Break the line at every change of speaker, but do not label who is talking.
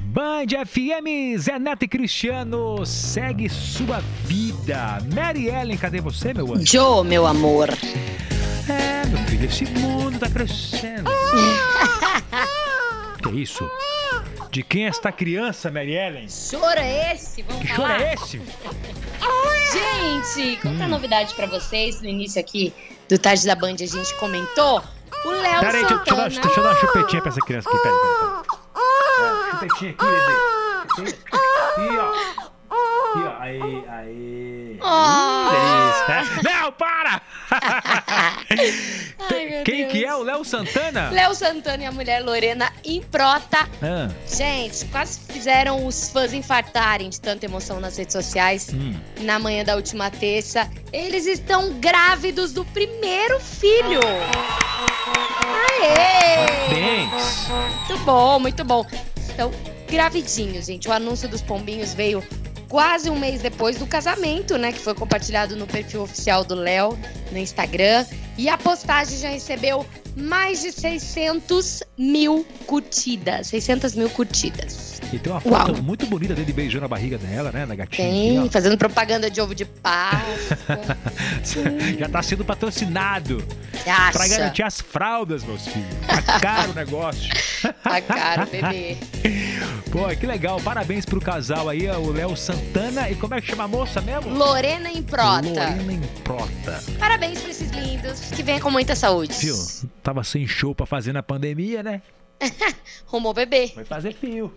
Band FM, Zé Neto e Cristiano, segue sua vida. Mary Ellen, cadê você, meu anjo?
Joe, meu amor.
É, meu filho, esse mundo tá crescendo. que isso? De quem é esta criança, Mary Ellen?
Chora é esse, vamos
Que choro Hum.
falar.
é esse?
Gente, conta a novidade pra vocês. No início aqui do Tarde da Band, a gente comentou o Léo
Pera aí, deixa, eu- deixa eu dar,
Santana.
deixa eu dar uma chupetinha pra essa criança aqui, pera aí. Pera aí. É, chupetinha aqui, bebê. Aqui, ó. Aqui, ó. Aí, aí.
Ah,
Isso, né? Léo, para!
Ai, meu
Hum. Quem que é
Deus.
o Léo Santana?
Léo Santana e a mulher Lorena Improta.
Ah,
Gente, quase fizeram os fãs infartarem de tanta emoção nas redes sociais
hum.
na manhã da última terça. Eles estão grávidos do primeiro filho. Aê!
Parabéns!
Muito bom, muito bom. Então, gravidinho, gente. O anúncio dos pombinhos veio quase um mês depois do casamento, né? Que foi compartilhado no perfil oficial do Léo no Instagram. E a postagem já recebeu mais de 600 mil curtidas. 600 mil curtidas.
E tem uma foto
Uau.
muito bonita dele beijando a barriga dela, né? Da gatinha.
Tem,
aqui,
fazendo propaganda de ovo de Páscoa.
ó. Já tá sendo patrocinado
Você acha?
pra garantir as fraldas, meus filhos. Tá caro o negócio.
Tá caro, bebê.
Pô, que legal. Parabéns pro casal aí, ó, o Léo Santana. E como é que chama a moça mesmo?
Lorena Improta.
Lorena Improta.
Parabéns pra esses lindos. Que venha com muita saúde.
Viu? Tava sem show pra fazer na pandemia, né?
Rumou bebê.
Foi fazer fio.